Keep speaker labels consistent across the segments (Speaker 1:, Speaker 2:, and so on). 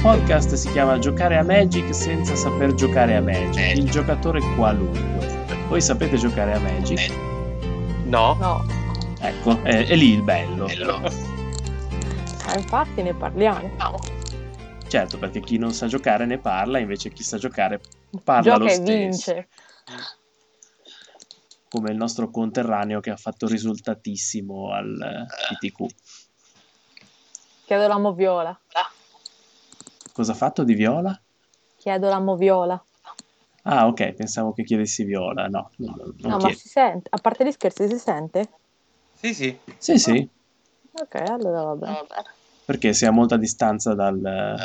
Speaker 1: podcast si chiama Giocare a Magic senza saper giocare a Magic. Il giocatore qualunque. Voi sapete giocare a Magic?
Speaker 2: No?
Speaker 3: No,
Speaker 1: Ecco, è, è lì il bello.
Speaker 2: Bello.
Speaker 3: eh, infatti ne parliamo.
Speaker 1: Ah, Certo, perché chi non sa giocare ne parla, invece chi sa giocare parla
Speaker 3: Gioca
Speaker 1: lo
Speaker 3: e
Speaker 1: stesso.
Speaker 3: vince.
Speaker 1: Come il nostro conterraneo che ha fatto risultatissimo al eh, PTQ.
Speaker 3: Chiedo la moviola.
Speaker 1: Cosa ha fatto di Viola?
Speaker 3: Chiedo la moviola.
Speaker 1: Ah, ok, pensavo che chiedessi Viola. No, no, no, non
Speaker 3: No, ma
Speaker 1: chiede.
Speaker 3: si sente. A parte gli scherzi, si sente?
Speaker 2: Sì, sì.
Speaker 1: Sì, sì,
Speaker 3: Ok, allora va bene.
Speaker 1: perché sei a molta distanza dal... eh,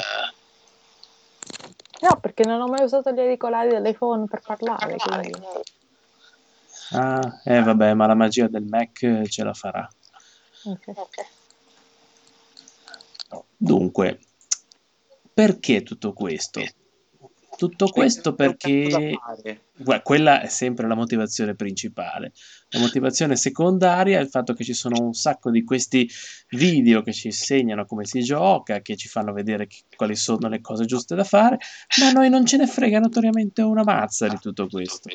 Speaker 3: No, perché non ho mai usato gli auricolari dell'iPhone per parlare. Quindi.
Speaker 1: Ah, eh vabbè, ma la magia del Mac eh, ce la farà.
Speaker 3: Ok.
Speaker 1: Dunque, perché tutto questo? Tutto questo perché... Guarda, quella è sempre la motivazione principale. La motivazione secondaria è il fatto che ci sono un sacco di questi video che ci insegnano come si gioca, che ci fanno vedere che- quali sono le cose giuste da fare, ma a noi non ce ne frega notoriamente una mazza di tutto questo.